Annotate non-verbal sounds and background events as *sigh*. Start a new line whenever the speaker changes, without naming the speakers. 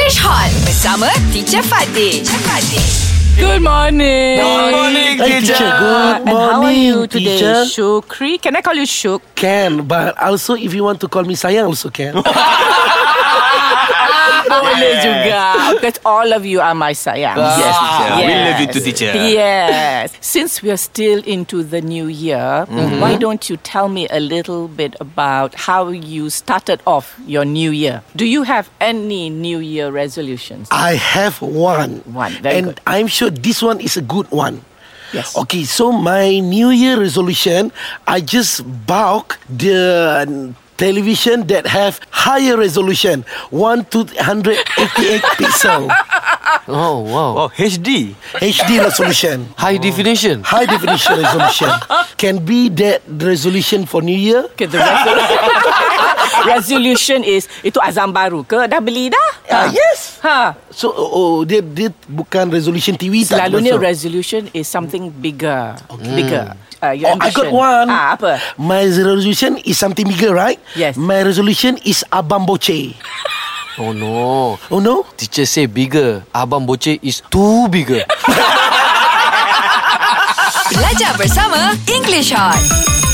Fresh Hot bersama Teacher Fatih. Teacher Fatih.
Good morning.
Good morning,
Hey,
teacher.
teacher. Good
And how are
morning,
you today,
teacher.
Shukri? Can I call you Shuk?
Can, but also if you want to call me sayang, also
*laughs*
can.
Boleh juga. Because all of you are my sayang.
Ah,
Yes, teacher. We love you too,
Yes.
teacher.
Yes. Since we are still into the new year,
Mm-hmm.
why don't you tell me a little bit about how you started off your new year? Do you have any new year resolutions?
I have one.
One, very
and
good.
I'm sure this one is a good one.
Yes.
Okay, so my New Year resolution, I just bulk the mm, television that have higher resolution, one
*laughs*
to 188 pixel
Oh wow.
Oh, HD.
HD resolution.
High definition.
*laughs* High definition resolution can be that resolution for New Year.
Okay, the resolution, *laughs* resolution is itu azam baru ke? Dah beli dah?
Ah, yes.
Ha.
So oh, oh, dia dia bukan resolution TV tak
Selalunya
masuk.
resolution is something bigger. Bigger. Uh, your
Oh, I got
ambition.
one.
Ah, apa?
My resolution is something bigger, right?
Yes.
My resolution is abang boce.
Oh no.
Oh no?
Teacher say bigger. Abang Boce is too bigger.
Belajar bersama English Hot.